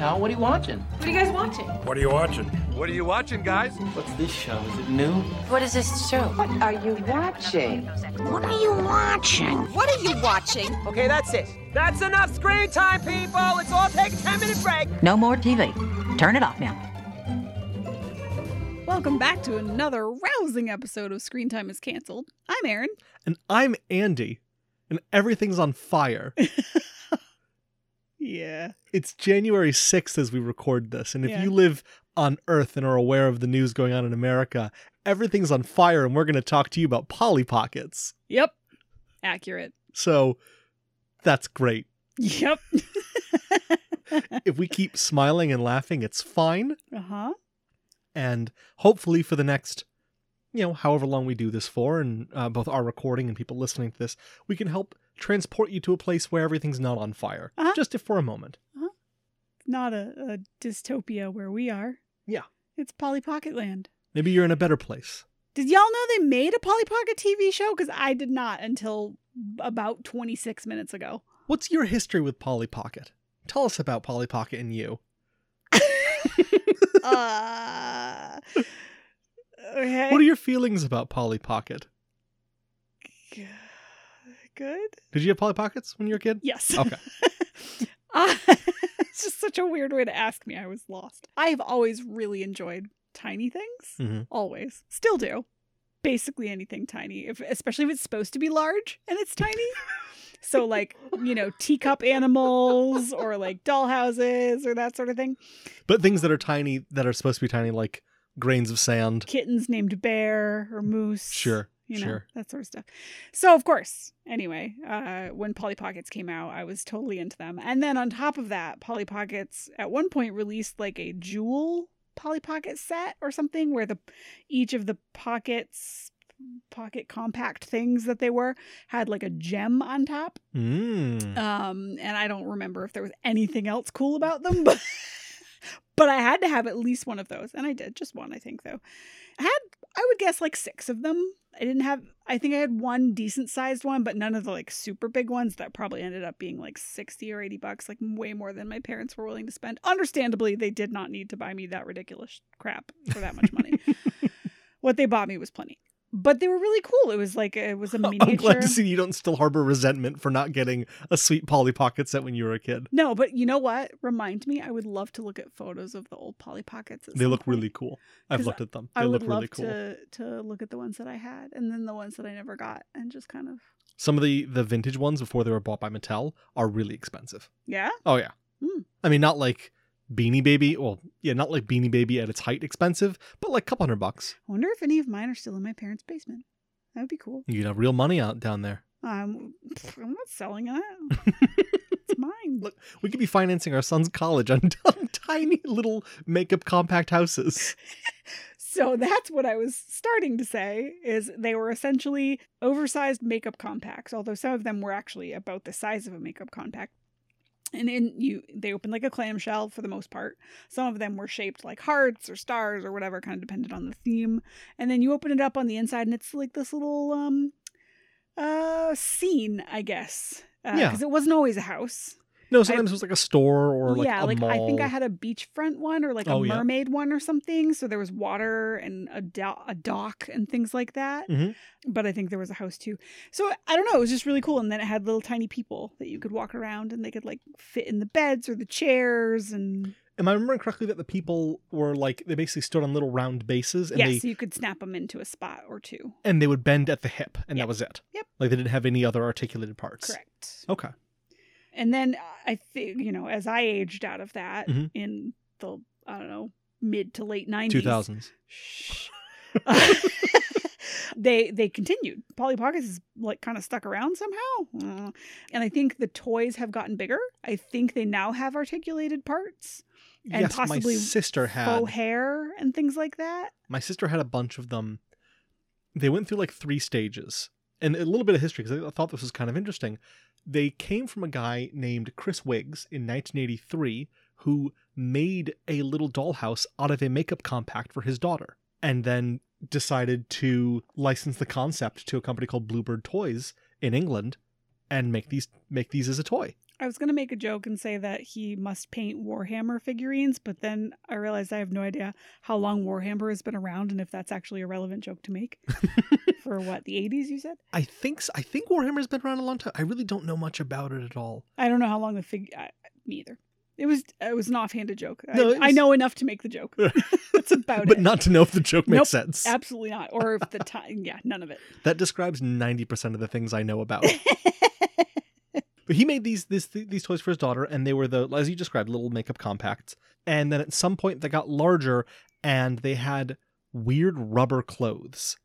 Al, what are you watching? What are you guys watching? What are you watching? What are you watching, guys? What's this show? Is it new? What is this show? What are you watching? What are you watching? What are you watching? Okay, that's it. That's enough screen time, people. Let's all take a 10 minute break. No more TV. Turn it off now. Welcome back to another rousing episode of Screen Time is Cancelled. I'm Aaron. And I'm Andy. And everything's on fire. yeah. It's January 6th as we record this. And if Yeah. you live on Earth and are aware of the news going on in America, everything's on fire. And we're going to talk to you about Polly Pockets. Yep. Accurate. So that's great. Yep. if we keep smiling and laughing, it's fine. Uh huh. and hopefully for the next you know however long we do this for and uh, both our recording and people listening to this we can help transport you to a place where everything's not on fire Uh-huh. just if for a moment Not a, a dystopia where we are. Yeah. It's Polly Pocket Land. maybe you're in a better place Did y'all know they made a Polly Pocket TV show? Because I did not until about 26 minutes ago. what's your history with polly pocket tell us about polly pocket and you uh, okay. what are your feelings about polly pocket Good. did you have polly pockets when you were a kid Yes. Okay. Uh, it's just such a weird way to ask me. I was lost. I've always really enjoyed tiny things. Mhm. Always. Still do. Basically anything tiny, if, especially if it's supposed to be large and it's tiny. so, like, you know, teacup animals or like dollhouses or that sort of thing. but things that are tiny that are supposed to be tiny like grains of sand Kittens named Bear or Moose. sure you know, sure that sort of stuff. So, of course, anyway, uh, when Polly Pockets came out, I was totally into them. And then on top of that, Polly Pockets at one point released like a jewel Polly Pocket set or something where the each of the pockets pocket compact things that they were had like a gem on top. mm. Um and I don't remember if there was anything else cool about them, but but I had to have at least one of those and I did, just one I think though. I had I would guess like 6 of them. I didn't have I think I had one decent sized one, but none of the like super big ones that probably ended up being like 60 or 80 bucks, like way more than my parents were willing to spend. Understandably, they did not need to buy me that ridiculous crap for that much money. what they bought me was plenty. But they were really cool. It was like it was a miniature I'm glad to see you don't still harbor resentment for not getting a sweet Polly Pocket set when you were a kid. No, but you know what? Remind me, I would love to look at photos of the old Polly Pockets. at They some look point. really cool. I've 'Cause looked at them. They I would look love really cool. to to look at the ones that I had, and then the ones that I never got, and just kind of Some of the the vintage ones before they were bought by Mattel are really expensive. yeah. Oh yeah. Hmm. I mean, not like Beanie Baby. Well, yeah, not like Beanie Baby at its height expensive, but like a couple hundred bucks. I wonder if any of mine are still in my parents' basement. That would be cool. You know, real money out down there. Um, pff, I'm not selling that. it's mine. Look- We could be financing our son's college on, on tiny little makeup compact houses. So that's what I was starting to say is they were essentially oversized makeup compacts, although some of them were actually about the size of a makeup compact. And then you they opened like a clamshell for the most part. Some of them were shaped like hearts or stars or whatever, kind of depended on the theme. And then you open it up on the inside and it's like this little um uh scene, I guess. Uh, Yeah. Because it wasn't always a house No, sometimes it was like a store or like yeah, a like mall. I think I had a beachfront one or like a Oh, yeah. mermaid one or something. So there was water and a, do- a dock and things like that. Mhm. But I think there was a house too. So I don't know. It was just really cool. And then it had little tiny people that you could walk around and they could like fit in the beds or the chairs and Am I remembering correctly that the people were like they basically stood on little round bases and yeah, they so you could snap them into a spot or two. and they would bend at the hip and Yep. that was it. Yep. Like they didn't have any other articulated parts. Correct. Okay. And then I think you know as I aged out of that Mhm. in the I don't know mid to late nineties. Two thousands. Shh. they they continued. Polly Pockets is like kind of stuck around somehow, Uh, and I think the toys have gotten bigger. I think they now have articulated parts, And Yes, possibly my sister had faux hair, and things like that. my sister had a bunch of them. They went through like three stages. And a little bit of history because I thought this was kind of interesting. They came from a guy named Chris Wiggs in 1983 who made a little dollhouse out of a makeup compact for his daughter and then decided to license the concept to a company called Bluebird Toys in England and make these make these as a toy. I was going to make a joke and say that he must paint Warhammer figurines, but then I realized I have no idea how long Warhammer has been around and if that's actually a relevant joke to make. For what, the 80s, you said? I think s- I think Warhammer's been around a long time. I really don't know much about it at all. I don't know how long the fig. I, me either. It was it was an offhanded joke. No, I, it I was- know enough to make the joke. that's about but it. not to know if the joke makes Nope. sense. Absolutely not. Or if the time. Yeah, none of it. that describes 90% of the things I know about. But he made these this, these toys for his daughter, and they were the as you described little makeup compacts. And then at some point they got larger, and they had weird rubber clothes.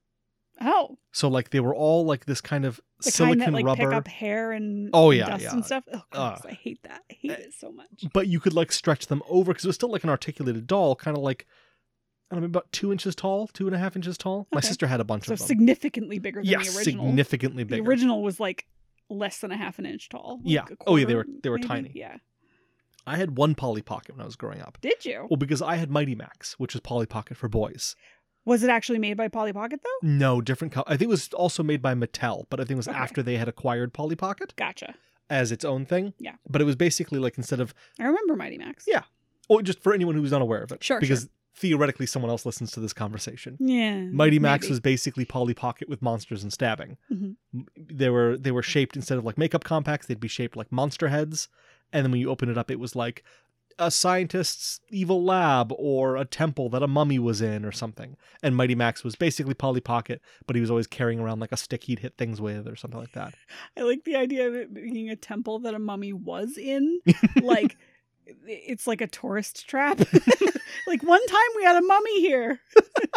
oh, So like they were all like this kind of the silicon kind that like rubber, pick up hair and Oh, and yeah, dust yeah. and stuff. Oh, Ugh. Eh, gross, I hate that. I hate it so much. but you could like stretch them over because it was still like an articulated doll, kind of like I don't know, about two inches tall, two and a half inches tall. My Okay. sister had a bunch So of them. significantly bigger than yeah, the original. significantly bigger. The original was like less than a half an inch tall. like Yeah. a Oh, yeah, they quarter, were- they were maybe. tiny. Yeah. I had one Polly Pocket when I was growing up. Did you? Well, because I had Mighty Max, which is Polly Pocket for boys. Was it actually made by Polly Pocket though? No, different. Co- I think it was also made by Mattel, but I think it was Okay. after they had acquired Polly Pocket Gotcha. as its own thing. Yeah. But it was basically like instead of, I remember Mighty Max. Yeah. or just for anyone who's unaware of it, Sure, because theoretically someone else listens to this conversation. Yeah. Mighty Max Mm, maybe. was basically Polly Pocket with monsters and stabbing. Mhm. M- They were they were shaped instead of like makeup compacts, they'd be shaped like monster heads, and then when you open it up, it was like a scientist's evil lab or a temple that a mummy was in or something. And Mighty Max was basically Polly Pocket, but he was always carrying around like a stick he'd hit things with or something like that. I like the idea of it being a temple that a mummy was in. like it's like a tourist trap. like one time we had a mummy here.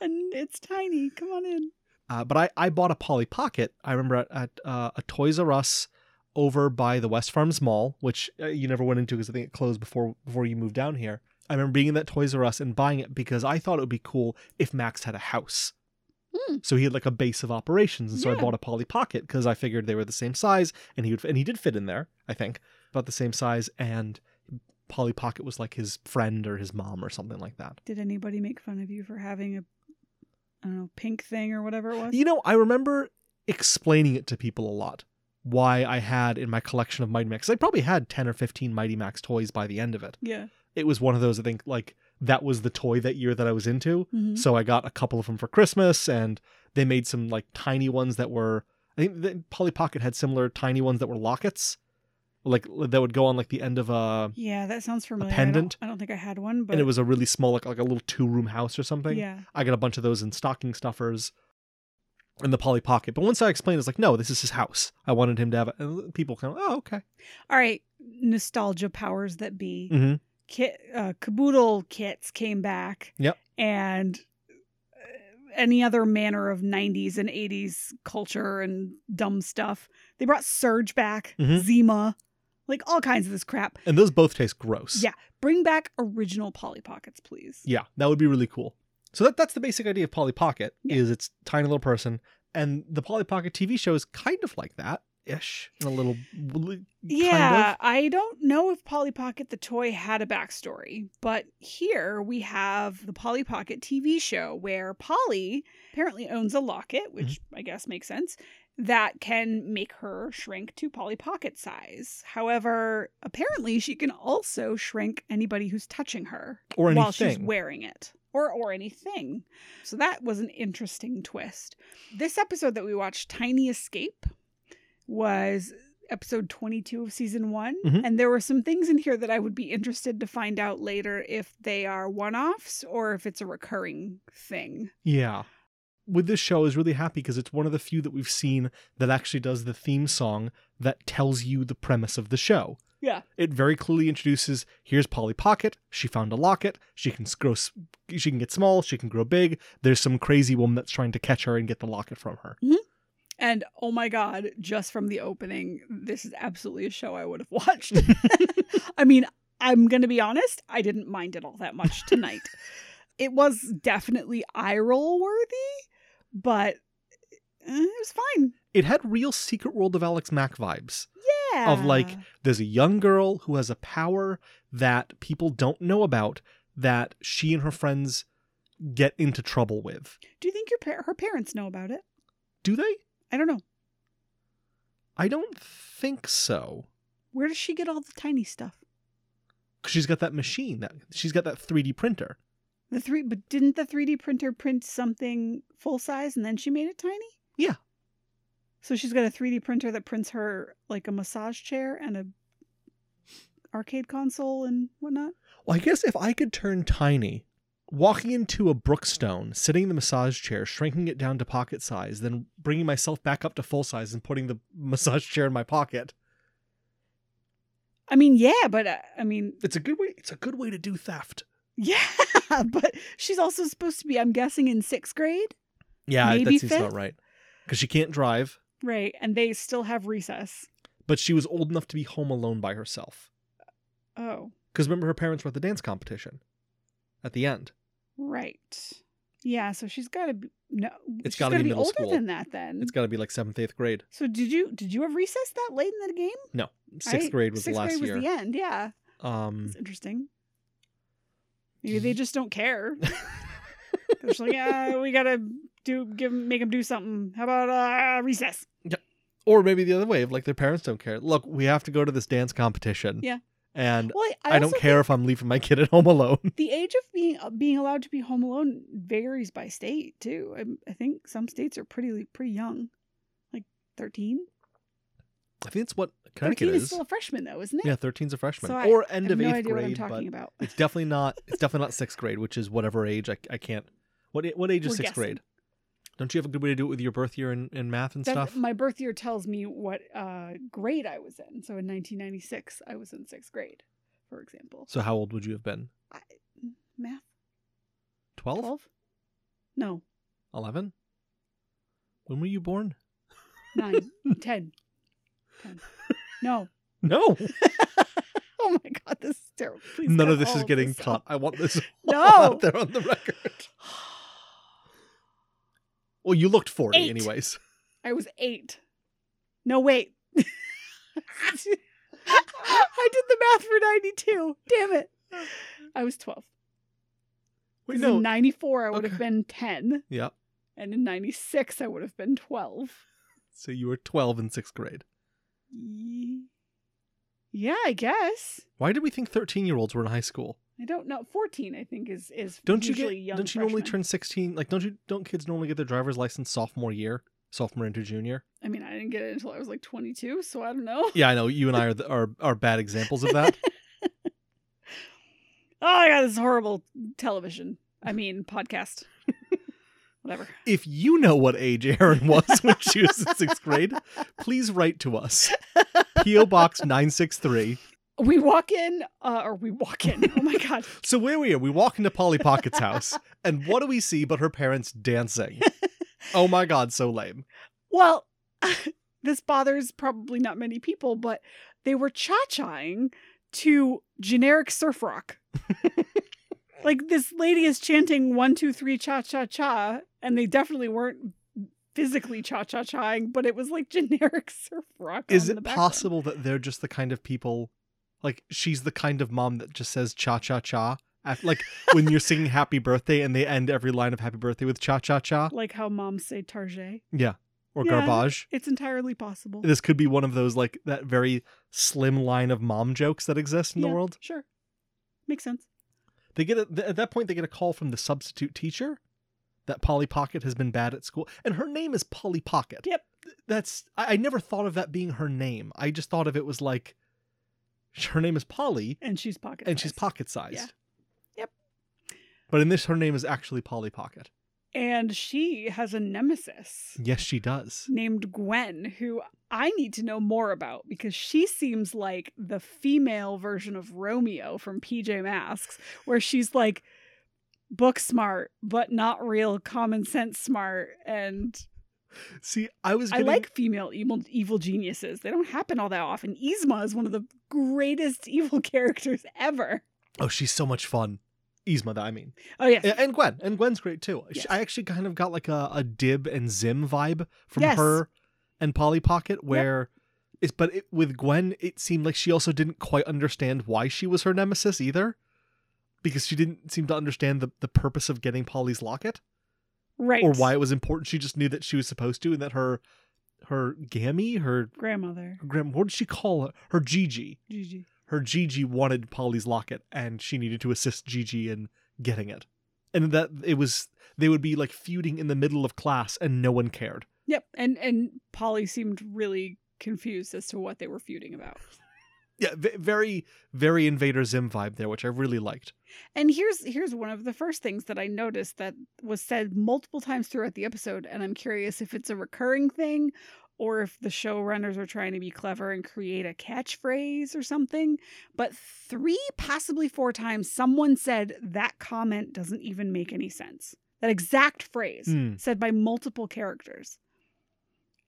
and it's tiny. Come on in. Uh, but I, I bought a Polly Pocket. I remember at, at uh, a Toys R Us over by the West Farms Mall, which uh, you never went into because I think it closed before before you moved down here. I remember being in that Toys R Us and buying it because I thought it would be cool if Max had a house. Hmm. So he had like a base of operations, and so I Yeah. bought a Polly Pocket because I figured they were the same size, and he would and he did fit in there, I think, about the same size. And Polly Pocket was like his friend or his mom or something like that. Did anybody make fun of you for having a I don't know, pink thing or whatever it was? You know, I remember explaining it to people a lot why I had in my collection of Mighty Max. I probably had 10 or 15 Mighty Max toys by the end of it. Yeah. It was one of those, I think, like that was the toy that year that I was into. Mhm. So I got a couple of them for Christmas and they made some like tiny ones that were, I think that Polly Pocket had similar tiny ones that were lockets, like that would go on like the end of a, Yeah, that sounds familiar. pendant? I don't, I don't think I had one, but and it was a really small, like, like a little two room house or something. Yeah. I got a bunch of those in stocking stuffers and the Polly Pocket. But once I explained, it's like, no, this is his house. I wanted him to have it. And people kind of, oh, okay. All right, nostalgia powers that be. Mm-hmm. Kit, uh, Caboodle kits came back. Yep. And uh, any other manner of 90s and 80s culture and dumb stuff. They brought Surge back, Mhm. Zima, like all kinds of this crap. And those both taste gross. Yeah. Bring back original Polly Pockets, please. Yeah, that would be really cool. So that, that's the basic idea of Polly Pocket Yeah. is it's tiny little person. And the Polly Pocket TV show is kind of like that ish in a little. Yeah, Kind of. I don't know if Polly Pocket the toy had a backstory, but here we have the Polly Pocket TV show where Polly apparently owns a Mm-hmm. locket, which I guess makes sense, that can make her shrink to Polly Pocket size. However, apparently she can also shrink anybody who's touching her Or while she's anything. wearing it. Or, or anything. So that was an interesting twist. This episode that we watched, Tiny Escape, was episode 22 of season one. Mhm. And there were some things in here that I would be interested to find out later if they are one offs or if it's a recurring thing. Yeah. With this show, I was really happy because it's one of the few that we've seen that actually does the theme song that tells you the premise of the show. Yeah. it very clearly introduces here's Polly Pocket. She found a locket. She can s- grow. s- She can get small. She can grow big. There's some crazy woman that's trying to catch her and get the locket from her. And oh my God, just from the opening, this is absolutely a show I would have watched. I mean, I'm going to be honest, I didn't mind it all that much tonight. it was definitely eye roll worthy, but eh, it was fine. It had real Secret World of Alex Mack vibes. Yeah. Of like, there's a young girl who has a power that people don't know about that she and her friends get into trouble with. do you think your par- her parents know about it? Do they? I don't know. I don't think so. Where does she get all the tiny stuff? 'Cause she's got that machine that she's got that 3D printer. The three, but didn't the 3D printer print something full size and then she made it tiny? Yeah. So she's got a 3D printer that prints her like a massage chair and a arcade console and whatnot. Well, I guess if I could turn tiny, walking into a brookstone, sitting in the massage chair, shrinking it down to pocket size, then bringing myself back up to full size and putting the massage chair in my pocket. I mean, yeah, but uh, I mean, It's a good way. It's a good way to do theft. yeah, but she's also supposed to be, I'm guessing, in sixth grade, Yeah, Maybe that seems fifth? about right. Because she can't drive, right? And they still have recess. but she was old enough to be home alone by herself. Oh, Because remember, her parents were at the dance competition. At the end, right. Yeah, so she's got to be no. It's she's gotta gotta be be middle older school. than that then. it's got to be like seventh, eighth grade. so did you did you have recess that late in the game? No, sixth I- grade was sixth the last grade year. was the end. Yeah, Um, it's interesting. Maybe they just don't care. They're just like, yeah, we gotta do give 'em- make them do something. How about uh, recess? or maybe the other way, like their parents don't care. Look, we have to go to this dance competition. Yeah. and Well, I, I, also don't care if I'm leaving my kid at home alone. think The age of being uh, being allowed to be home alone varies by state too. I, I think some states are pretty pretty young, like thirteen. I think it's what Connecticut Thirteen is is. still a freshman though, isn't it? Yeah, 13's a freshman So I- or I end have of no eighth idea what I'm grade. but talking about. it's definitely not. It's definitely not sixth grade, which is whatever age I, I can't. What what age is We're sixth guessing. grade? Don't you have a good way to do it with your birth year in, in math and That- stuff? My birth year tells me what uh, grade I was in. So in 1996, I was in sixth grade, for example. So how old would you have been? I, math? 12? No, 11? When were you born? nine, ten, ten. No. No. Oh my God, this is terrible. Please None cut of this all is getting out. cut. I want this No. out there on the record. Well, you looked 40 Eight. anyways. I was eight. No, wait. I did the math for 92. Damn it. I was 12. Wait, 'Cause no. In 94, I would have Okay. been 10. Yeah. And in 96, I would have been 12. So you were 12 in 6th grade. Ye- Yeah, I guess. Why did we think 13-year-olds were in high school? I don't know. 14, I think, is is Don't you usually get young Don't you normally freshmen. turn 16? Like don't you don't kids normally get their driver's license sophomore year? Sophomore into junior? I mean, I didn't get it until I was like 22, so I don't know. Yeah, I know. You and I are the, are, are bad examples of that. Oh, I got this is horrible television. I mean, podcast. Whatever. if you know what age Aaron was when she was in 6th grade, please write to us. PO Box 963. We walk in, uh, or we walk in. Oh my God. So where we are, we walk into Polly Pocket's house, and what do we see but her parents dancing? Oh my god, so lame. Well, this bothers probably not many people, but they were cha-chaing to generic surf rock. like this lady is chanting one, two, three, cha cha cha, and they definitely weren't physically cha cha chaing, but it was like generic surf rock. Is on in the it background. possible that they're just the kind of people like she's the kind of mom that just says cha cha cha? At, like when you're singing happy birthday and they end every line of happy birthday with cha cha cha Like how moms say target. or Yeah. garbage. It's entirely possible. This could be one of those like that very slim line of mom jokes that exist in the Yeah, world. Sure. Makes sense. They get a, th- at that point they get a call from the substitute teacher that Polly Pocket has been bad at school, and her name is Polly Pocket. Yep. Th- That's I, I never thought of that being her name. I just thought of it was like sh- her name is Polly And she's pocket. and she's sized. pocket sized. Yeah. Yep. But in this, her name is actually Polly Pocket. And she has a nemesis. Yes, she does. named Gwen, who I need to know more about because she seems like the female version of Romeo from PJ Masks, where she's like book smart, but not real common sense smart. And See, I was I getting, like female evil, evil geniuses, they don't happen all that often. Yzma is one of the greatest evil characters ever. oh, she's so much fun. Yzma, that I mean. Oh, yes. A- And Gwen. And Gwen's great too. She- Yes. I actually kind of got like a, a Dib and Zim vibe from Yes. her and Polly Pocket, where it's, but it, with Gwen, it seemed like she also didn't quite understand why she was her nemesis either. Because she didn't seem to understand the, the purpose of getting Polly's locket Right. or why it was important. She just knew that she was supposed to and that her her Gammy, her, Grandmother. her grand, what did she call her? Her Gigi. Gigi. Her Gigi wanted Polly's locket, and she needed to assist Gigi in getting it. And that it was they would be like feuding in the middle of class, and no one cared. Yep. And and Polly seemed really confused as to what they were feuding about. Yeah, v- very very Invader Zim vibe there, which I really liked. And here's here's one of the first things that I noticed that was said multiple times throughout the episode, and I'm curious if it's a recurring thing or if the showrunners are trying to be clever and create a catchphrase or something. But three, possibly four times, someone said that comment doesn't even make any sense. That exact phrase Hmm. said by multiple characters.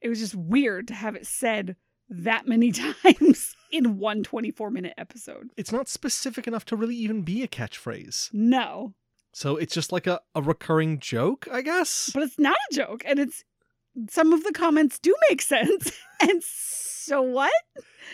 It was just weird to have it said that many times in one 24 minute episode. It's not specific enough to really even be a catchphrase, No. so it's just like a, a recurring joke, I guess. but it's not a joke and it's some of the comments do make sense and so what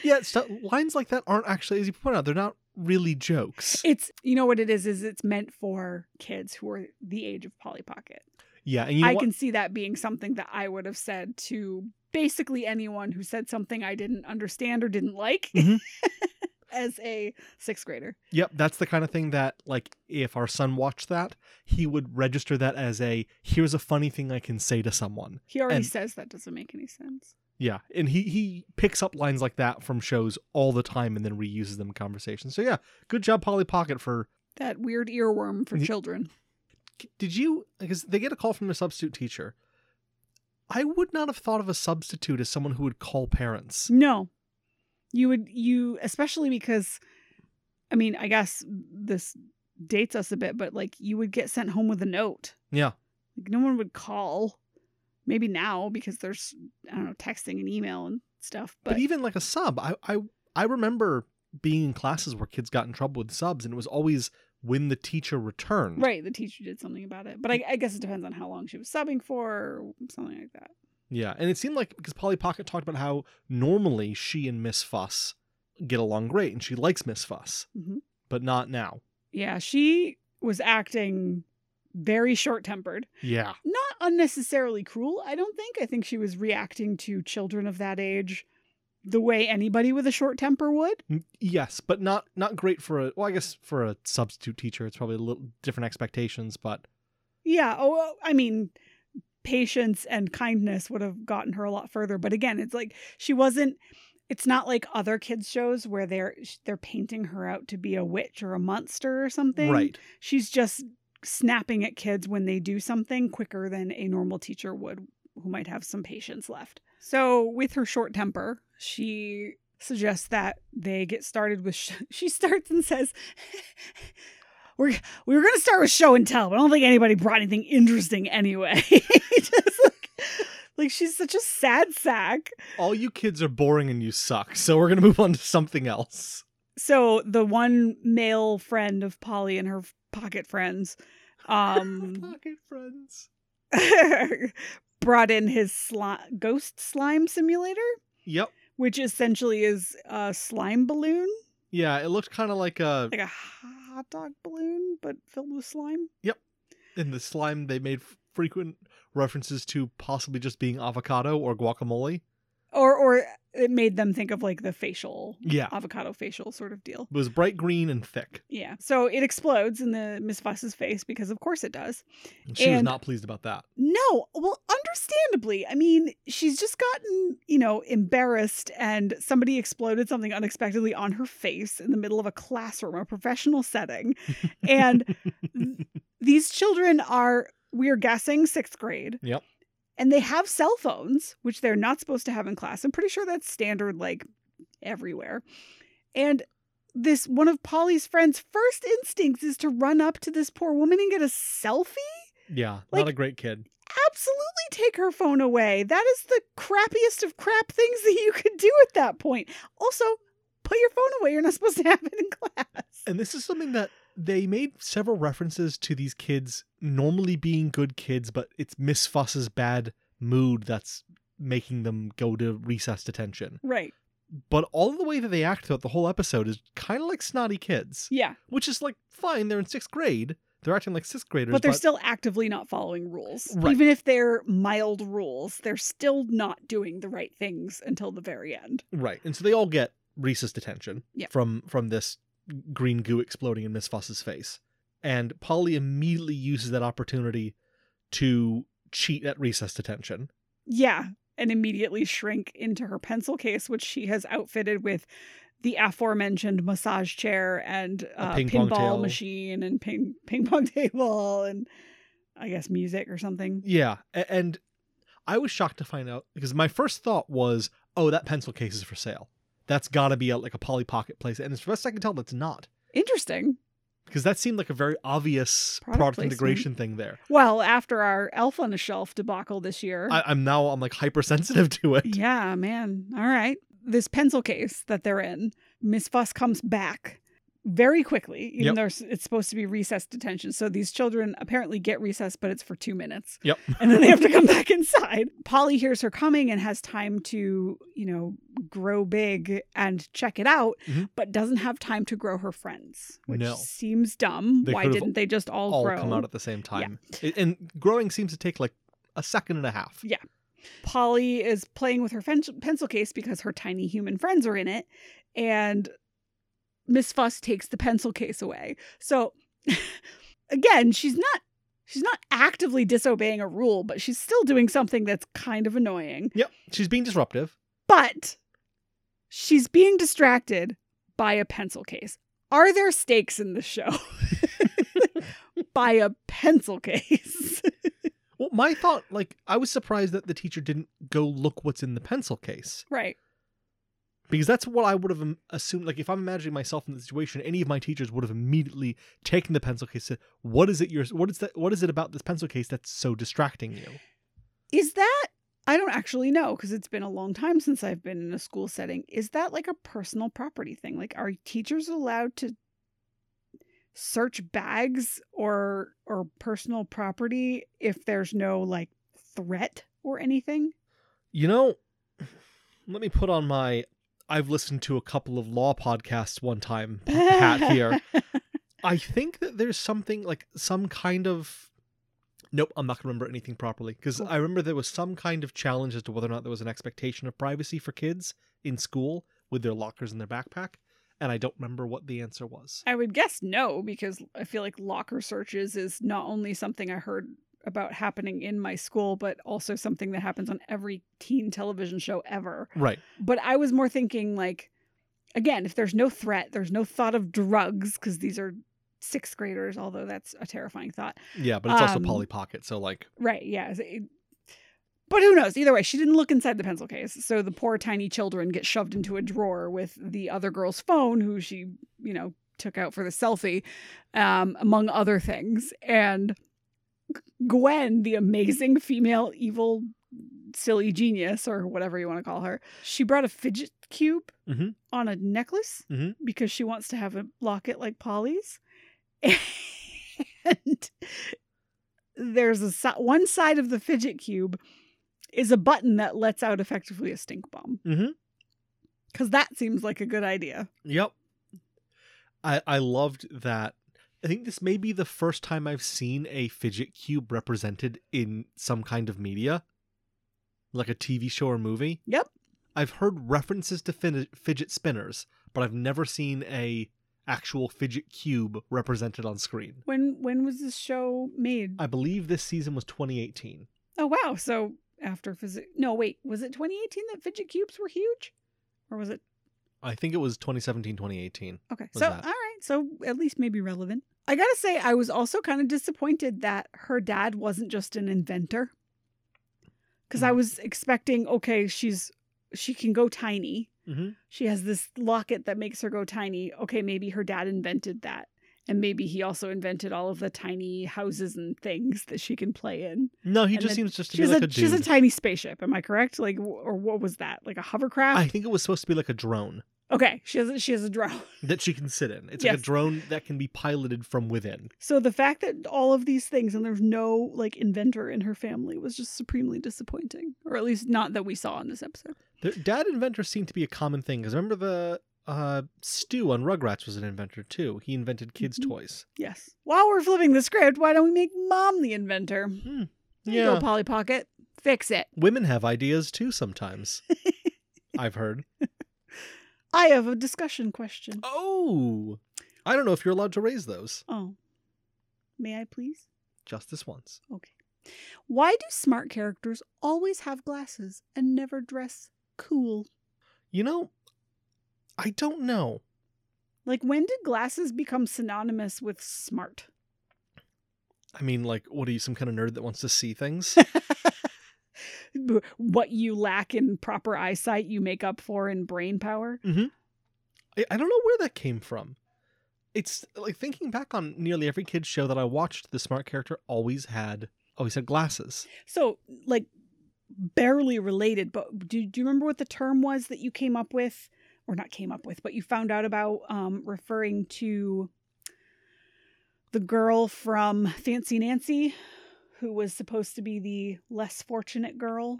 Yeah, stu- lines like that aren't actually, as you point out, they're not really jokes. it's you know what it is is it's meant for kids who are the age of polly pocket yeah, and you know i what? can see that being something that i would have said to basically anyone who said something i didn't understand or didn't like Mhm. as a sixth grader Yep, that's the kind of thing that, like, if our son watched that, he would register that as a here's a funny thing I can say to someone. he already And- says that doesn't make any sense Yeah, and he he picks up lines like that from shows all the time and then reuses them in conversation. So yeah, good job, Polly Pocket. For that weird earworm for Ye- children did you because they get a call from a substitute teacher. I would not have thought of a substitute as someone who would call parents. No. You would you especially because I mean, I guess this dates us a bit, but like you would get sent home with a note. Yeah, Like no one would call. Maybe now because there's I don't know, texting and email and stuff, but, but, even like a sub, I, I I remember being in classes where kids got in trouble with subs, and it was always when the teacher returned. right, the teacher did something about it. But I, I guess it depends on how long she was subbing for or something like that. Yeah, and it seemed like because Polly Pocket talked about how normally she and Miss Fuss get along great, and she likes Miss Fuss, Mhm. but not now. Yeah, she was acting very short tempered. Yeah, not unnecessarily cruel, I don't think. I think she was reacting to children of that age the way anybody with a short temper would. Mm, yes, but not not great for a. Well, I guess for a substitute teacher, it's probably a little different expectations, but Yeah, oh, well, I mean, patience and kindness would have gotten her a lot further, but again, it's like she wasn't it's not like other kids shows where they're they're painting her out to be a witch or a monster or something. right. She's just snapping at kids when they do something quicker than a normal teacher would, who might have some patience left. So, with her short temper, she suggests that they get started with. Sh- she starts and says, "We're we were going to start with show and tell, but I don't think anybody brought anything interesting anyway." just like, like she's such a sad sack. All you kids are boring and you suck, so we're gonna move on to something else. so the one male friend of Polly and her f- pocket friends um Pocket friends. brought in his sli- ghost slime simulator Yep. which essentially is a slime balloon Yeah, it looked kind of like uh, a like a hot dog balloon but filled with slime in the slime they made f- frequent references to possibly just being avocado or guacamole. or or it made them think of like the facial Yeah. avocado facial sort of deal It was bright green and thick. yeah so it explodes in the miss Fuss's face because of course it does She was And- not pleased about that. No, well, understandably. I mean, she's just gotten, you know, embarrassed and somebody exploded something unexpectedly on her face in the middle of a classroom, a professional setting. And these children are, we're guessing, sixth grade. Yep. And they have cell phones, which they're not supposed to have in class. I'm pretty sure that's standard, like everywhere. And this one of Polly's friends' first instincts is to run up to this poor woman and get a selfie yeah, like- not a great kid. absolutely take her phone away. That is the crappiest of crap things that you could do at that point. Also, put your phone away. You're not supposed to have it in class. And this is something that they made several references to these kids normally being good kids, but it's Miss Fuss's bad mood that's making them go to recess detention. Right. But all the way that they act throughout the whole episode is kind of like snotty kids, Yeah. which is like fine, they're in sixth grade. They're acting like sixth graders, but they're still actively not following rules. Right. Even if they're mild rules, they're still not doing the right things until the very end. right. And so they all get Reese's detention Yeah. from from this green goo exploding in Miss Fuss's face, and Polly immediately uses that opportunity to cheat at recess detention. Yeah, and immediately shrink into her pencil case, which she has outfitted with the aforementioned massage chair and A uh, ping pong pinball tail. machine and ping ping pong table and I guess music or something. Yeah, a- and I was shocked to find out because my first thought was, "Oh, that pencil case is for sale. That's got to be at like a Polly Pocket place." And as best I can tell, that's not Interesting. because that seemed like a very obvious Product product, placement. integration thing there. Well, after our Elf on a Shelf debacle this year, I, I'm now I'm like hypersensitive to it. Yeah, man. All right. This pencil case that they're in, Miss Fuss comes back very quickly, even Yep. though it's- it's supposed to be recess detention. So these children apparently get recess, but it's for two minutes. Yep. And then they have to come back inside. Polly hears her coming and has time to, you know, grow big and check it out, Mhm. but doesn't have time to grow her friends, which No. seems dumb. They Why could've didn't they just all, all grow? come out at the same time. It- and growing seems to take like a second and a half. Yeah. Polly is playing with her fen- pencil case because her tiny human friends are in it, and Miss Fuss takes the pencil case away. So again, she's not she's not actively disobeying a rule, but she's still doing something that's kind of annoying. Yep. She's being disruptive. But she's being distracted by a pencil case. Are there stakes in the show? by a pencil case. Well, my thought, like, I was surprised that the teacher didn't go look what's in the pencil case right. because that's what I would have im- assumed. Like, if I'm imagining myself in the situation, any of my teachers would have immediately taken the pencil case. Said, "What is it? Your what is that? What is it about this pencil case that's so distracting you?" Is that I don't actually know because it's been a long time since I've been in a school setting. Is that like a personal property thing? Like are teachers allowed to search bags or or personal property if there's no like threat or anything? You know, let me put on my. I've listened to a couple of law podcasts one time hat here. I think that there's something like some kind of. Nope, I'm not going to remember anything properly because I remember there was some kind of challenge as to whether or not there was an expectation of privacy for kids in school with their lockers in their backpack, and I don't remember what the answer was. I would guess no because I feel like locker searches is not only something I heard about happening in my school but also something that happens on every teen television show ever. Right. But I was more thinking like, again, if there's no threat, there's no thought of drugs because these are sixth graders. Although that's a terrifying thought, Yeah, but it's also Um, Polly Pocket, so like, right? Yeah. is it- But who knows? Either way, she didn't look inside the pencil case, so the poor tiny children get shoved into a drawer with the other girl's phone, who she, you know, took out for the selfie, um, among other things. And Gwen, the amazing female evil silly genius or whatever you want to call her, she brought a fidget cube Mhm. on a necklace Mhm. because she wants to have a locket like Polly's. And there's a si- one side of the fidget cube is a button that lets out effectively a stink bomb. Mhm. Cuz that seems like a good idea. Yep. I I loved that. I think this may be the first time I've seen a fidget cube represented in some kind of media, like a TV show or movie. Yep. I've heard references to fin- fidget spinners, but I've never seen a actual fidget cube represented on screen. When when was this show made? I believe this season was 2018. oh wow, so after physics No, wait, was it 2018 that fidget cubes were huge? Or was it I think it was 2017 2018. Okay. was so, that. all right. So, at least maybe relevant. I got to say, I was also kind of disappointed that her dad wasn't just an inventor. Because I Mm. was expecting, okay, she's, she can go tiny. Mhm. She has this locket that makes her go tiny. Okay, maybe her dad invented that. And maybe he also invented all of the tiny houses and things that she can play in. No, he And just then seems just to be She's like a, a, she's dude. a tiny spaceship. Am I correct? Like, w- or what was that? Like a hovercraft? I think it was supposed to be like a drone okay, she has a, she has a drone. that she can sit in. It's like Yes. a drone that can be piloted from within. So the fact that all of these things and there's no like inventor in her family was just supremely disappointing, or at least not that we saw in this episode. The dad inventors seem to be a common thing because remember the uh, Stu on Rugrats was an inventor too. He invented kids' Mhm. toys. Yes. While we're flipping the script, why don't we make mom the inventor? There you go, Yeah, Polly Pocket. Fix it. women have ideas too sometimes. I've heard. I have a discussion question. Oh, I don't know if you're allowed to raise those. Oh. May I please? Just this once. Okay. Why do smart characters always have glasses and never dress cool? You know, I don't know. Like, when did glasses become synonymous with smart? I mean, like, what are you, some kind of nerd that wants to see things? B- What you lack in proper eyesight, you make up for in brain power? I, I don't know where that came from. It's like thinking back on nearly every kid's show that I watched, the smart character always had always had glasses. So, like, barely related, but do, do you remember what the term was that you came up with? Or not came up with, but you found out about um, referring to the girl from Fancy Nancy, who was supposed to be the less fortunate girl.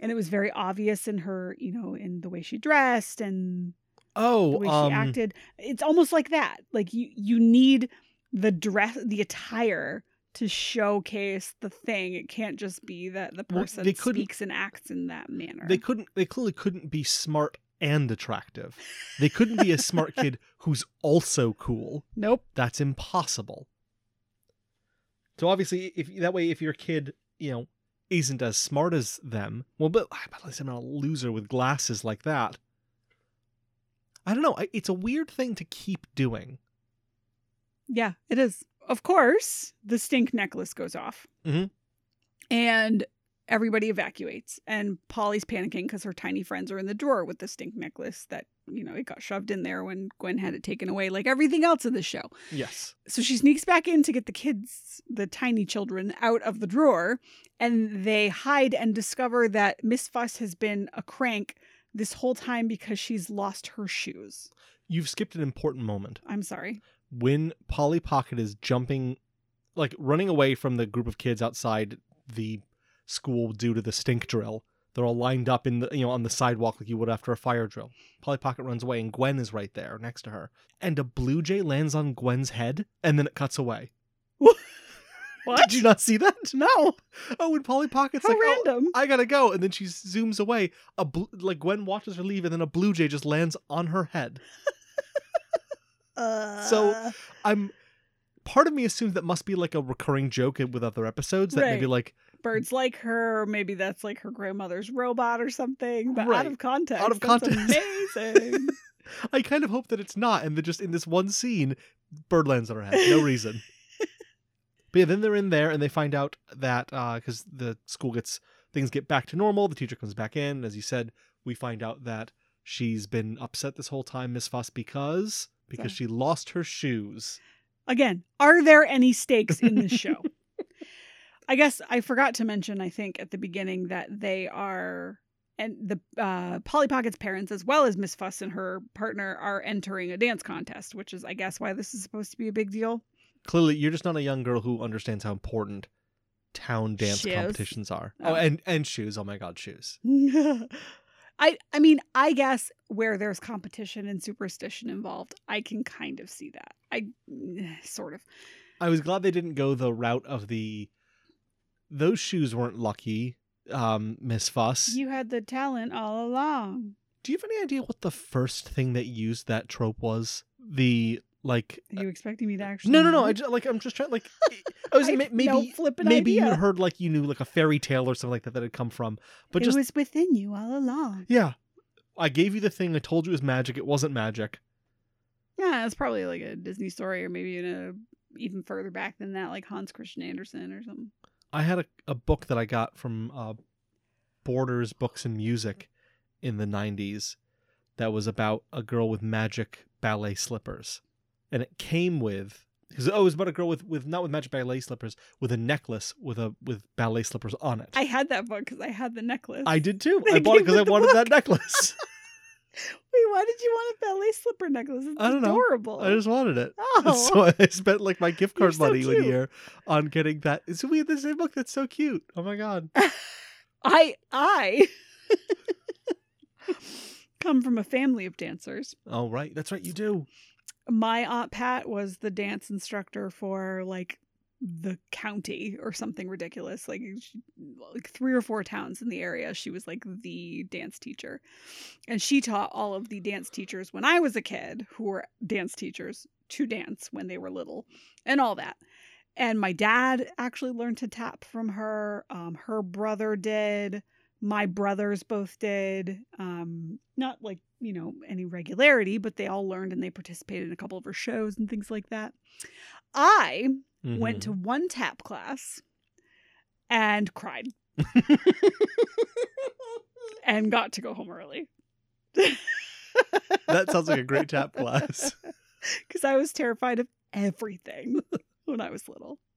And it was very obvious in her, you know, in the way she dressed and the Oh, way um, she acted. It's almost like that. Like you you need the dress the attire to showcase the thing. It can't just be that the Well, person they couldn't- speaks and acts in that manner. they couldn't. They clearly couldn't be smart and attractive. They couldn't be a smart kid who's also cool. nope. That's impossible. So obviously, if that way, if your kid, you know, isn't as smart as them, well, but, ah, but at least I'm not a loser with glasses like that. I don't know. I- It's a weird thing to keep doing. Yeah, it is. Of course, the stink necklace goes off. Mhm. And everybody evacuates. And Polly's panicking because her tiny friends are in the drawer with the stink necklace that, you know, it got shoved in there when Gwen had it taken away, like everything else in the show. Yes. So she sneaks back in to get the kids, the tiny children, out of the drawer, and they hide and discover that Miss Fuss has been a crank this whole time because she's lost her shoes. You've skipped an important moment. I'm sorry. When Polly Pocket is jumping, like running away from the group of kids outside the school due to the stink drill, they're all lined up in the, you know, on the sidewalk like you would after a fire drill. Polly Pocket runs away and Gwen is right there next to her. And a blue jay lands on Gwen's head and then it cuts away. What? Did you not see that? No. Oh, and Polly Pocket's How like, "Oh, random. I gotta go, and then she zooms away. A bl- like Gwen watches her leave, and then a blue jay just lands on her head. uh, So- I'm part of me assumes that must be like a recurring joke with other episodes that maybe Right. like birds like her. or Maybe that's like her grandmother's robot or something. But Right. out of context, Out of that's context. amazing. I kind of hope that it's not, and they're just in this one scene, bird lands on her head, no reason. but yeah, then they're in there and they find out that because the school gets things get back to normal, the teacher comes back in. As you said, we find out that she's been upset this whole time, Miss Foss, because because she lost her shoes. Again, are there any stakes in this show? I guess I forgot to mention, I think, at the beginning that they are, and the uh, Polly Pocket's parents, as well as Miss Fuss and her partner, are entering a dance contest, which is, I guess, why this is supposed to be a big deal. Clearly, you're just not a young girl who understands how important town dance Shoes. competitions are. Oh. Oh, and and shoes. Oh my God, shoes. I, I mean, I guess where there's competition and superstition involved, I can kind of see that. I sort of. I was glad they didn't go the route of the those shoes weren't lucky, um, Miss Fuss. You had the talent all along. Do you have any idea what the first thing that used that trope was? The like Are you expecting me to actually? No, no, no. know? I just, like I'm just trying like I was Uh, I ma- have maybe no flippin' maybe you idea. heard like you knew like a fairy tale or something like that that had come from. But just it was within you all along. yeah. I gave you the thing, I told you it was magic, it wasn't magic. Yeah, it's probably like a Disney story, or maybe in a even further back than that, like Hans Christian Andersen or something. I had a, a book that I got from uh, Borders Books and Music in the 90s that was about a girl with magic ballet slippers. And it came with because oh, it was about a girl with, with not with magic ballet slippers, with a necklace with a with ballet slippers on it. I had that book because I had the necklace. I did too. They I bought it came because I with the wanted book. that necklace. Wait, why did you want a ballet slipper necklace? It's I don't know. adorable. I just wanted it. Oh, So I spent like my gift You're card so money one cute. year on getting that. So we had the same book. That's so cute. Oh my god. I I come from a family of dancers. Oh, right. That's right. You do. my aunt pat was the dance instructor for like the county or something ridiculous like she, like three or four towns in the area she was like the dance teacher and she taught all of the dance teachers when i was a kid who were dance teachers to dance when they were little and all that and my dad actually learned to tap from her um, her brother did my brothers both did um not like you know any regularity but they all learned and they participated in a couple of her shows and things like that i Mm-hmm. went to one tap class and cried and got to go home early That sounds like a great tap class. because i was terrified of everything when i was little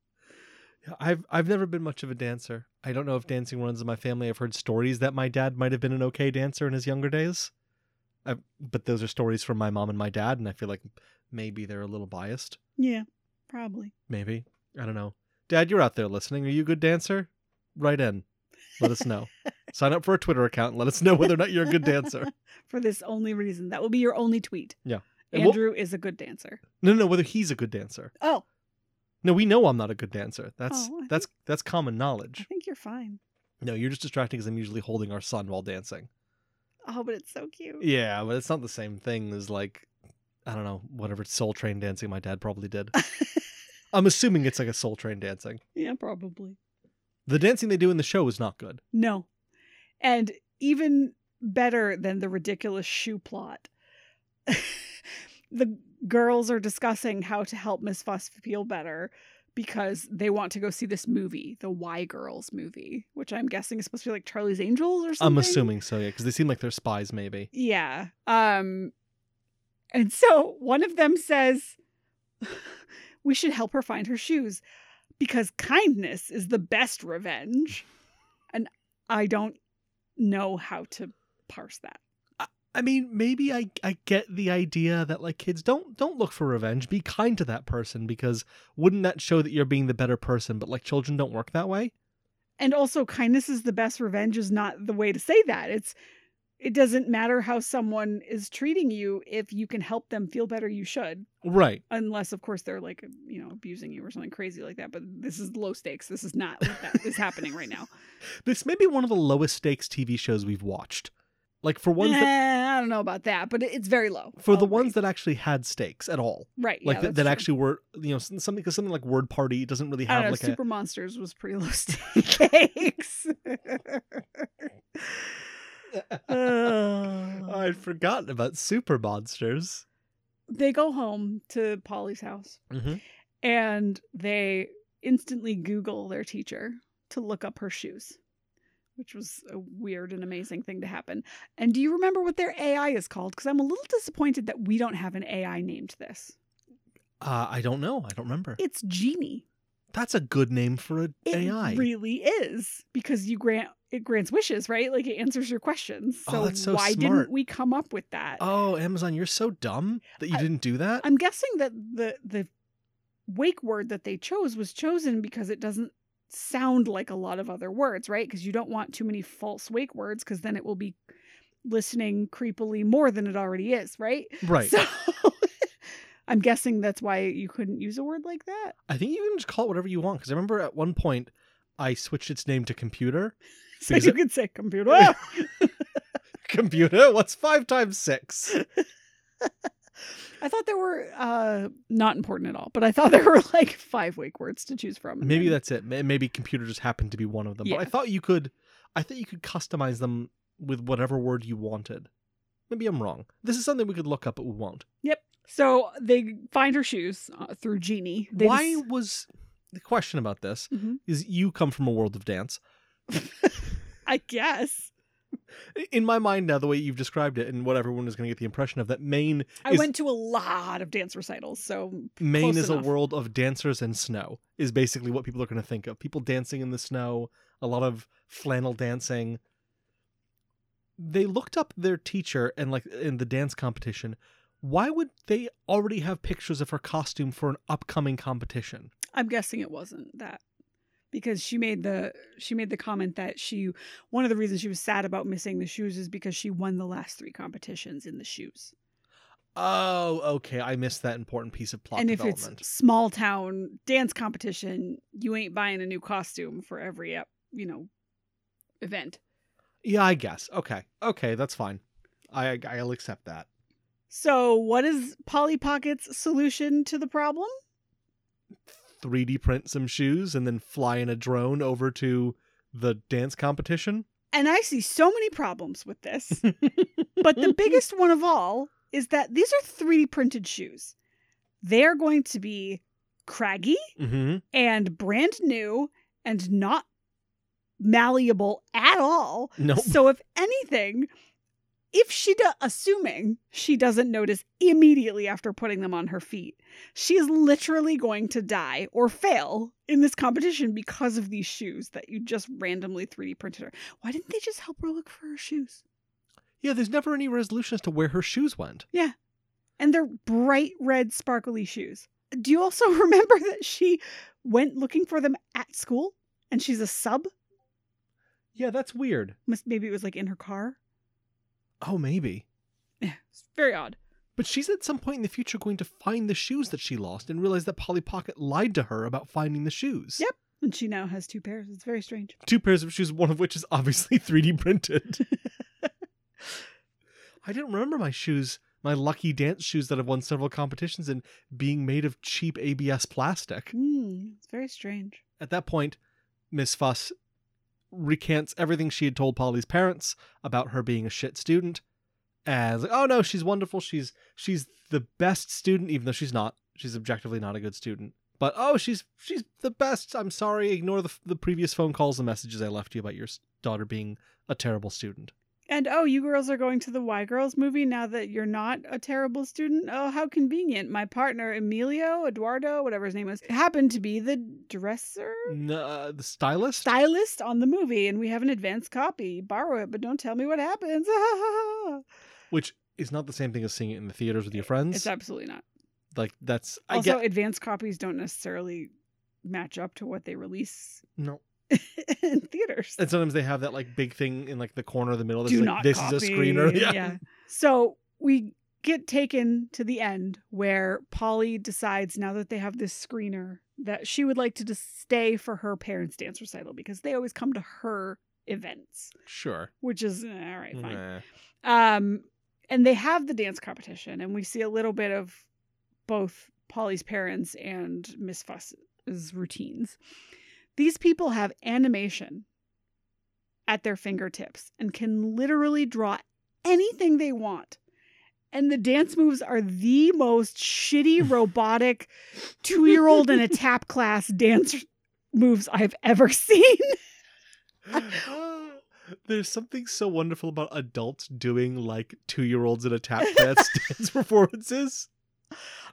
Yeah, I've I've never been much of a dancer. I don't know if dancing runs in my family. I've heard stories that my dad might have been an okay dancer in his younger days, I, but those are stories from my mom and my dad, and I feel like maybe they're a little biased. yeah probably Maybe I don't know. Dad, you're out there listening. Are you a good dancer? Write in. Let us know. Sign up for a Twitter account and let us know whether or not you're a good dancer. for this only reason that will be your only tweet Yeah. And we'll- andrew is a good dancer no, no, no, whether he's a good dancer. oh No, we know I'm not a good dancer. That's Oh, I that's think- that's common i knowledge. think you're fine No, you're just distracting because I'm usually holding our son while dancing. oh but it's so cute Yeah, but it's not the same thing as like I don't know, whatever soul train dancing my dad probably did. I'm assuming it's like a soul train dancing. yeah probably The dancing they do in the show is not good. No. And even better than the ridiculous shoe plot, the girls are discussing how to help Miss Fuss feel better because they want to go see this movie, the Why Girls movie, which I'm guessing is supposed to be like Charlie's Angels or something. I'm assuming so, yeah, because they seem like they're spies maybe. Yeah. Um and so one of them says we should help her find her shoes because kindness is the best revenge. And I don't know how to parse that. I mean, maybe I I get the idea that like kids don't don't look for revenge. Be kind to that person because wouldn't that show that you're being the better person? But like children don't work that way. And also kindness is the best revenge is not the way to say that. It's it doesn't matter how someone is treating you if you can help them feel better you should Right. unless of course they're like you know abusing you or something crazy like that but this is low stakes this is not what that is happening right now This may be one of the lowest stakes TV shows we've watched. Like for ones that Eh, I don't know about that, but it- it's very low. for I'll the ones agree. that actually had stakes at all. right, like Oh, yeah, that, that's that true. actually were you know some- something because something like word party doesn't really I have don't know, like Super Monsters was pretty low stakes. a Ah. I'd forgotten about super monsters. they go home to Polly's house Mhm. and they instantly Google their teacher to look up her shoes, which was a weird and amazing thing to happen. And do you remember what their AI is called? Because I'm a little disappointed that we don't have an AI named this. Uh, I don't know. I don't remember. It's Genie. That's a good name for an It AI. really is because you grant it grants wishes, right? Like it answers your questions. Oh, So, that's so why smart. didn't we come up with that? oh, Amazon, you're so dumb that you I- didn't do that. I'm guessing that the the wake word that they chose was chosen because it doesn't sound like a lot of other words, right? Because you don't want too many false wake words because then it will be listening creepily more than it already is, right? right. So I'm guessing that's why you couldn't use a word like that. I think you can just call it whatever you want because I remember at one point I switched its name to computer. So Because you it- could say computer. computer, what's five times six? I thought there were uh not important at all, but I thought there were like five wake words to choose from. and Maybe then- that's it. May- Maybe computer just happened to be one of them. But I Yeah. thought you could, I thought you could customize them with whatever word you wanted. Maybe I'm wrong. This is something we could look up, but we won't. Yep. So they find her shoes uh, through Genie. They Why just- was the question about this? Mhm. Is you come from a world of dance? I guess. In my mind now, the way you've described it, and what everyone is going to get the impression of that Maine I is went to a lot of dance recitals, so Maine close is enough. a world of dancers and snow is basically what people are going to think of. People dancing in the snow, a lot of flannel dancing. They looked up their teacher and like in the dance competition. Why would they already have pictures of her costume for an upcoming competition? I'm guessing it wasn't that. because she made the she made the comment that she one of the reasons she was sad about missing the shoes is because she won the last three competitions in the shoes. Oh, okay. I missed that important piece of plot and if it's development. small town dance competition, you ain't buying a new costume for every uh, you know event. Yeah, I guess. Okay. Okay, that's fine. I I'll accept that. So, what is Polly Pocket's solution to the problem? 3D print some shoes and then fly in a drone over to the dance competition. And I see so many problems with this. but the biggest one of all is that these are 3D printed shoes. They are going to be craggy Mm-hmm. and brand new and not malleable at all. No. So, if anything, if she, do- assuming she doesn't notice immediately after putting them on her feet, she is literally going to die or fail in this competition because of these shoes that you just randomly 3D printed her. Why didn't they just help her look for her shoes? Yeah, there's never any resolution as to where her shoes went. And they're bright red, sparkly shoes. Do you also remember that she went looking for them at school and she's a sub? Yeah, that's weird. Must- Maybe it was like in her car. Oh, maybe. It's very odd. But she's at some point in the future going to find the shoes that she lost and realize that Polly Pocket lied to her about finding the shoes. Yep. And she now has two pairs. It's very strange. Two pairs of shoes, one of which is obviously 3D printed. I didn't remember my shoes, my lucky dance shoes that I've won several competitions in, being made of cheap ABS plastic. Mm, it's very strange. At that point, Miss Fuss recants everything she had told Polly's parents about her being a shit student. As like, oh no, she's wonderful. She's she's the best student, even though she's not. She's objectively not a good student. But oh, she's she's the best. I'm sorry. Ignore the the previous phone calls and messages I left you about your s- daughter being a terrible student. And oh, you girls are going to the Y Girls movie now that you're not a terrible student? Oh, how convenient. My partner, Emilio, Eduardo, whatever his name is, happened to be the dresser? N- uh, the stylist. Stylist on the movie, and we have an advanced copy. Borrow it, but don't tell me what happens. which is not the same thing as seeing it in the theaters with your friends. it's absolutely not. like that's I Also, get advanced copies don't necessarily match up to what they release no. in theaters. And sometimes they have that like big thing in like the corner of the middle. That's do like, not This copy. is a screener. So we get taken to the end where Polly decides now that they have this screener that she would like to just stay for her parents' dance recital because they always come to her events, Sure. which is eh, all right, fine. Nah. Um, and they have the dance competition, and we see a little bit of both Polly's parents and Miss Fuss's routines. These people have animation at their fingertips and can literally draw anything they want. And the dance moves are the most shitty, robotic, two year old in a tap class dance moves I've ever seen. There's something so wonderful about adults doing like two year olds in a tap dance dance performances.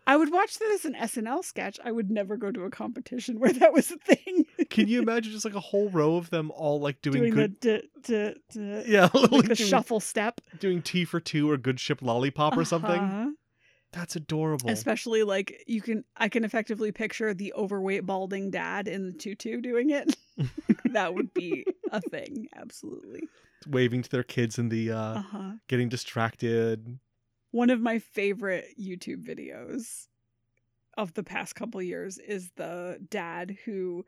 I would watch that as an SNL sketch. I would never go to a competition where that was a thing. Can you imagine just like a whole row of them all like doing, doing, good? the d- d- d- yeah, like like the doing, shuffle step doing tea for two or good ship lollipop or something. Uh-huh. That's adorable. Especially like you can, I can effectively picture the overweight balding dad in the tutu doing it. that would be a thing, absolutely. Waving to their kids and the uh, Uh huh. getting distracted. One of my favorite YouTube videos of the past couple years is the dad who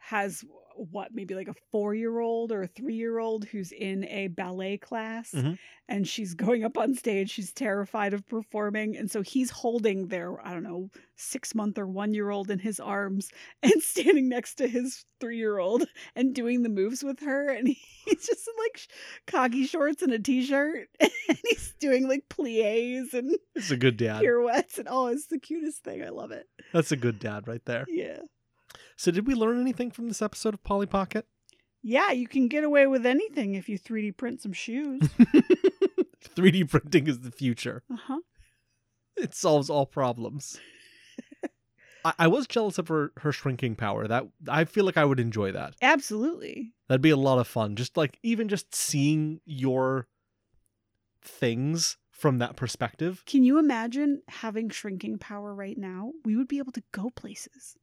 has what maybe like a four year old or a three year old who's in a ballet class Mhm. and she's going up on stage she's terrified of performing and so he's holding their i don't know six month or one year old in his arms and standing next to his three year old and doing the moves with her and he's just in like sh- cocky shorts and a t-shirt and he's doing like plies and It's a good dad. pirouettes and oh it's the cutest thing i love it That's a good dad right there. yeah So, did we learn anything from this episode of Polly Pocket? yeah you can get away with anything if you 3d print some shoes 3D printing is the future. uh-huh It solves all problems. I, I was jealous of her, her shrinking power. That I feel like I would enjoy that. absolutely That'd be a lot of fun. Just like even just seeing your things from that perspective. can you imagine having shrinking power right now we would be able to go places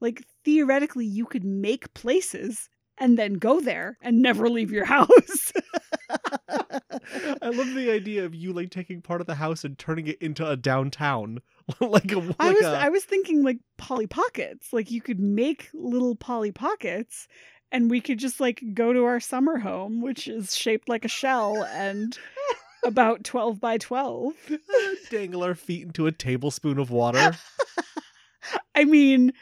Like theoretically, you could make places and then go there and never leave your house. I love the idea of you like taking part of the house and turning it into a downtown, like a like I was a, I was thinking like Polly Pockets. Like you could make little Polly Pockets and we could just like go to our summer home, which is shaped like a shell and about 12 by 12. dangle our feet into a tablespoon of water. I mean,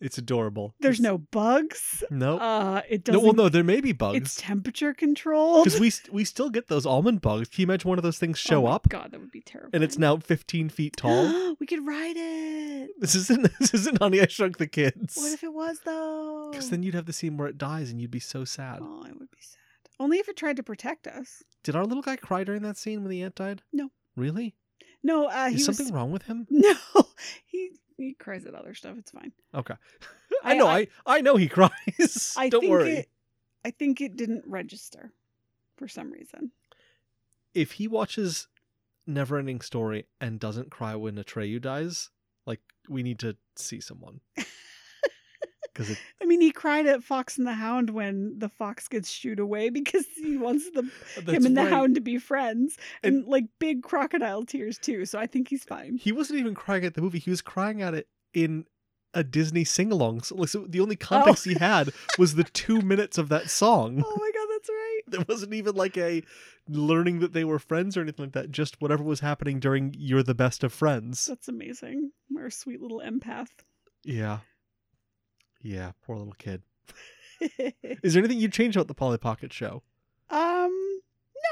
It's adorable. there's It's- no bugs. no Uh it no. doesn't Well, no, there may be it's bugs temperature controlled. because we st- we still get those almond bugs. Can you imagine one of those things show Oh my up God, that would be terrible. and it's now 15 feet tall? we could ride it. this isn't this isn't Honey I Shrunk the What Kids. if it was though? Because then you'd have the scene where it dies and you'd be so sad. Oh, it would be sad. Only if it tried to protect us. Did our little guy cry during that scene when the ant died? No. Really? No, uh, he Is was something wrong with him? No, he he cries at other stuff. It's fine. Okay. I I- know. I, I- I, know he cries. I Don't think worry. It, I think it didn't register for some reason. If he watches Neverending Story and doesn't cry when Atreyu dies, like we need to see someone. Because it, I mean, he cried at Fox and the Hound when the fox gets shooed away because he wants the, that's him and the right. hound to be friends, and, And- like big crocodile tears too. So I think he's fine. he wasn't even crying at the movie. He was crying at it in a Disney sing-along. So, like, so the only context he had was the two minutes of that song. Oh my god, that's right. There wasn't even like a learning that they were friends or anything like that. Just whatever was happening during "You're the Best of Friends." That's amazing. Our sweet little empath. Yeah. Yeah, poor little kid. Is there anything you change about the Polly Pocket show? Um,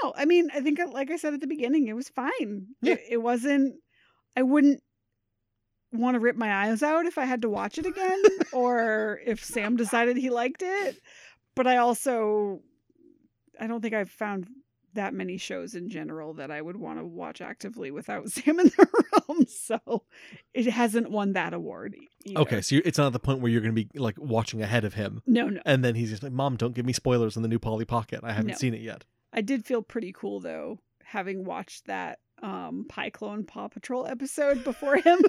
no, I mean, I think, uh, like I said at the beginning, it was fine. Yeah. It, it wasn't, I wouldn't want to rip my eyes out if I had to watch it again or if Sam decided he liked it. But I also, I don't think I've found that many shows in general that I would want to watch actively without Sam in the room. So it hasn't won that award. e- either. Okay, so you're, it's not at the point where you're going to be like watching ahead of him, No, no. and then he's just like, "Mom, don't give me spoilers on the new Polly Pocket. I haven't No. seen it yet." I did feel pretty cool though, having watched that um Pyclone Paw Patrol episode before him.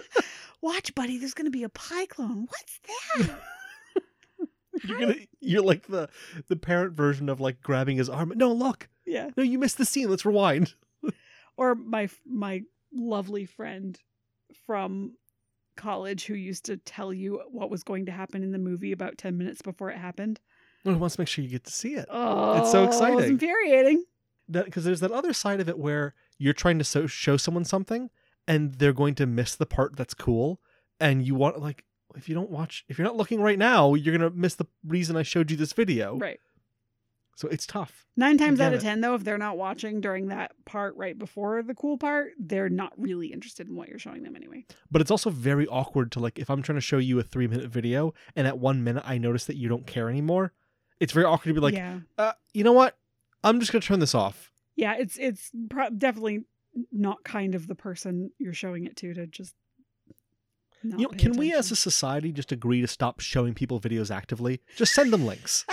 Watch, buddy, there's gonna be a Pyclone. What's that? You're gonna, you're like the the parent version of like grabbing his arm. No, look, yeah. no, you missed the scene. Let's rewind. Or my my lovely friend from college who used to tell you what was going to happen in the movie about ten minutes before it happened. Well, he wants to make sure you get to see it Oh, so It was exciting. infuriating. because there's that other side of it where you're trying to so, show someone something, and they're going to miss the part that's cool, and you want like if you don't watch if you're not looking right now, you're gonna miss the reason I showed you this video. Right. So it's tough. Nine times out get of Oh, it. ten, though, if they're not watching during that part right before the cool part, they're not really interested in what you're showing them anyway. But it's also very awkward to like if I'm trying to show you a three minute video and at one minute I notice that you don't care anymore. It's very awkward to be like, yeah. uh, you know what? I'm just gonna turn this off. yeah it's it's pro- definitely not kind of the person you're showing it to to just not you know, pay can we as a attention. society just agree to stop showing people videos actively? Just send them links.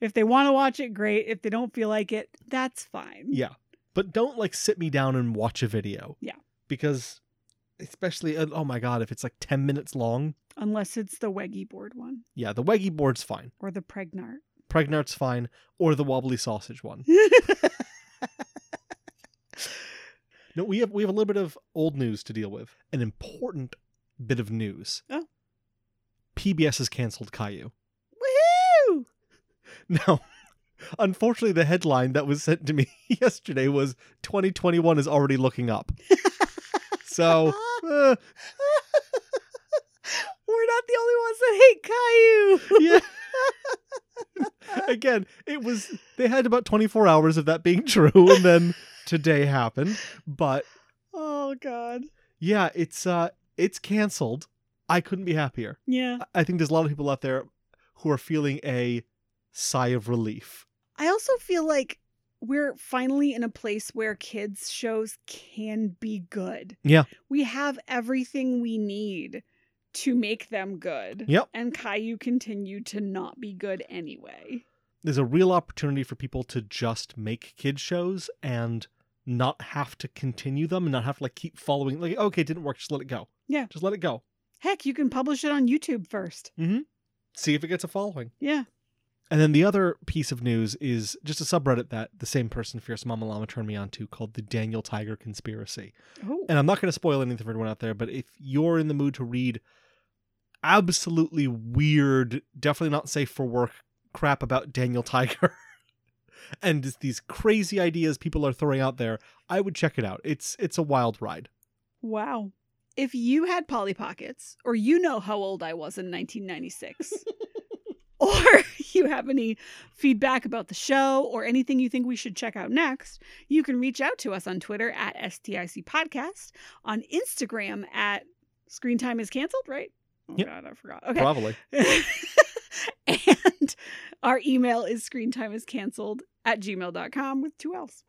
if they want to watch it great if they don't feel like it that's fine Yeah. But don't like sit me down and watch a video. Yeah. Because especially uh, oh my god, if it's like 10 minutes long, unless it's the weggy board one yeah, the Weggy board's fine. or the pregnart Pregnart's fine or the wobbly sausage one. No, we have we have a little bit of old news to deal with. An important bit of news. Oh. PBS has canceled Caillou. Woohoo! Now, unfortunately, the headline that was sent to me yesterday was 2021 is already looking up. so, uh, we're not the only ones that hate caillou yeah. Again, it was they had about 24 hours of that being true and then today happened, but oh god yeah, it's uh it's canceled. I couldn't be happier. yeah I- I think there's a lot of people out there who are feeling a sigh of relief. I also feel like we're finally in a place where kids shows can be good. Yeah. We have everything we need to make them good. Yep. And Caillou continued to not be good anyway. There's a real opportunity for people to just make kid shows and not have to continue them and not have to like keep following like okay, it didn't work, just let it go. Yeah. Just let it go. Heck, you can publish it on YouTube first. See if it gets a following. Yeah. And then the other piece of news is just a subreddit that the same person, Fierce Mama Llama, turned me on to called the Daniel Tiger Conspiracy. Oh. And I'm not going to spoil anything for anyone out there, but if you're in the mood to read absolutely weird, definitely not safe for work crap about Daniel Tiger and just these crazy ideas people are throwing out there, I would check it out. It's it's a wild ride. Wow. If you had Polly Pockets, or you know how old I was in 1996, or you have any feedback about the show or anything you think we should check out next, you can reach out to us on Twitter at STIC Podcast, on Instagram at Screen Time is Cancelled, right? Oh, Yep. God, I forgot. Okay. Probably. and our email is screentimeiscancelled at gmail.com with two L's.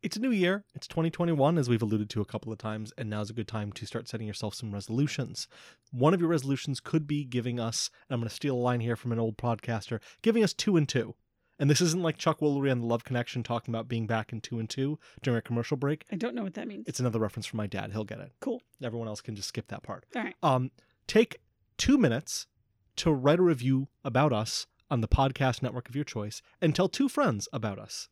It's a new year. It's 2021, as we've alluded to a couple of times, and now's a good time to start setting yourself some resolutions. One of your resolutions could be giving us, and I'm going to steal a line here from an old podcaster, giving us two and two. And this isn't like Chuck Woolery on The Love Connection talking about being back in two and two during a commercial break. I don't know what that means. It's another reference from my dad. He'll get it. Cool. Everyone else can just skip that part. All right. Um, take two minutes to write a review about us on the podcast network of your choice and tell two friends about us.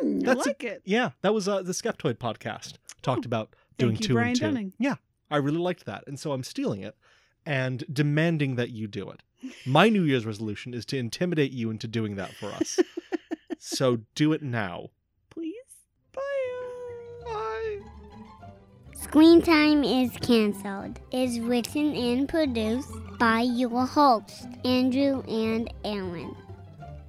Hmm, I That's a- like it. Oh, Yeah, that was uh, the Skeptoid podcast talked about doing Thank you, two Brian and two. Dunning. Yeah, I really liked that, and so I'm stealing it and demanding that you do it. My New Year's resolution is to intimidate you into doing that for us. so do it now. Please. Bye. Bye. Screen Time is Cancelled is written and produced by your hosts, Andrew and Alan.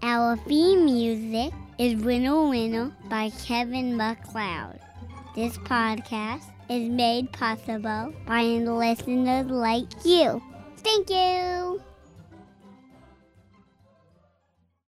Our theme music is Winner Winner by Kevin McLeod. This podcast is made possible by listeners like you. Thank you!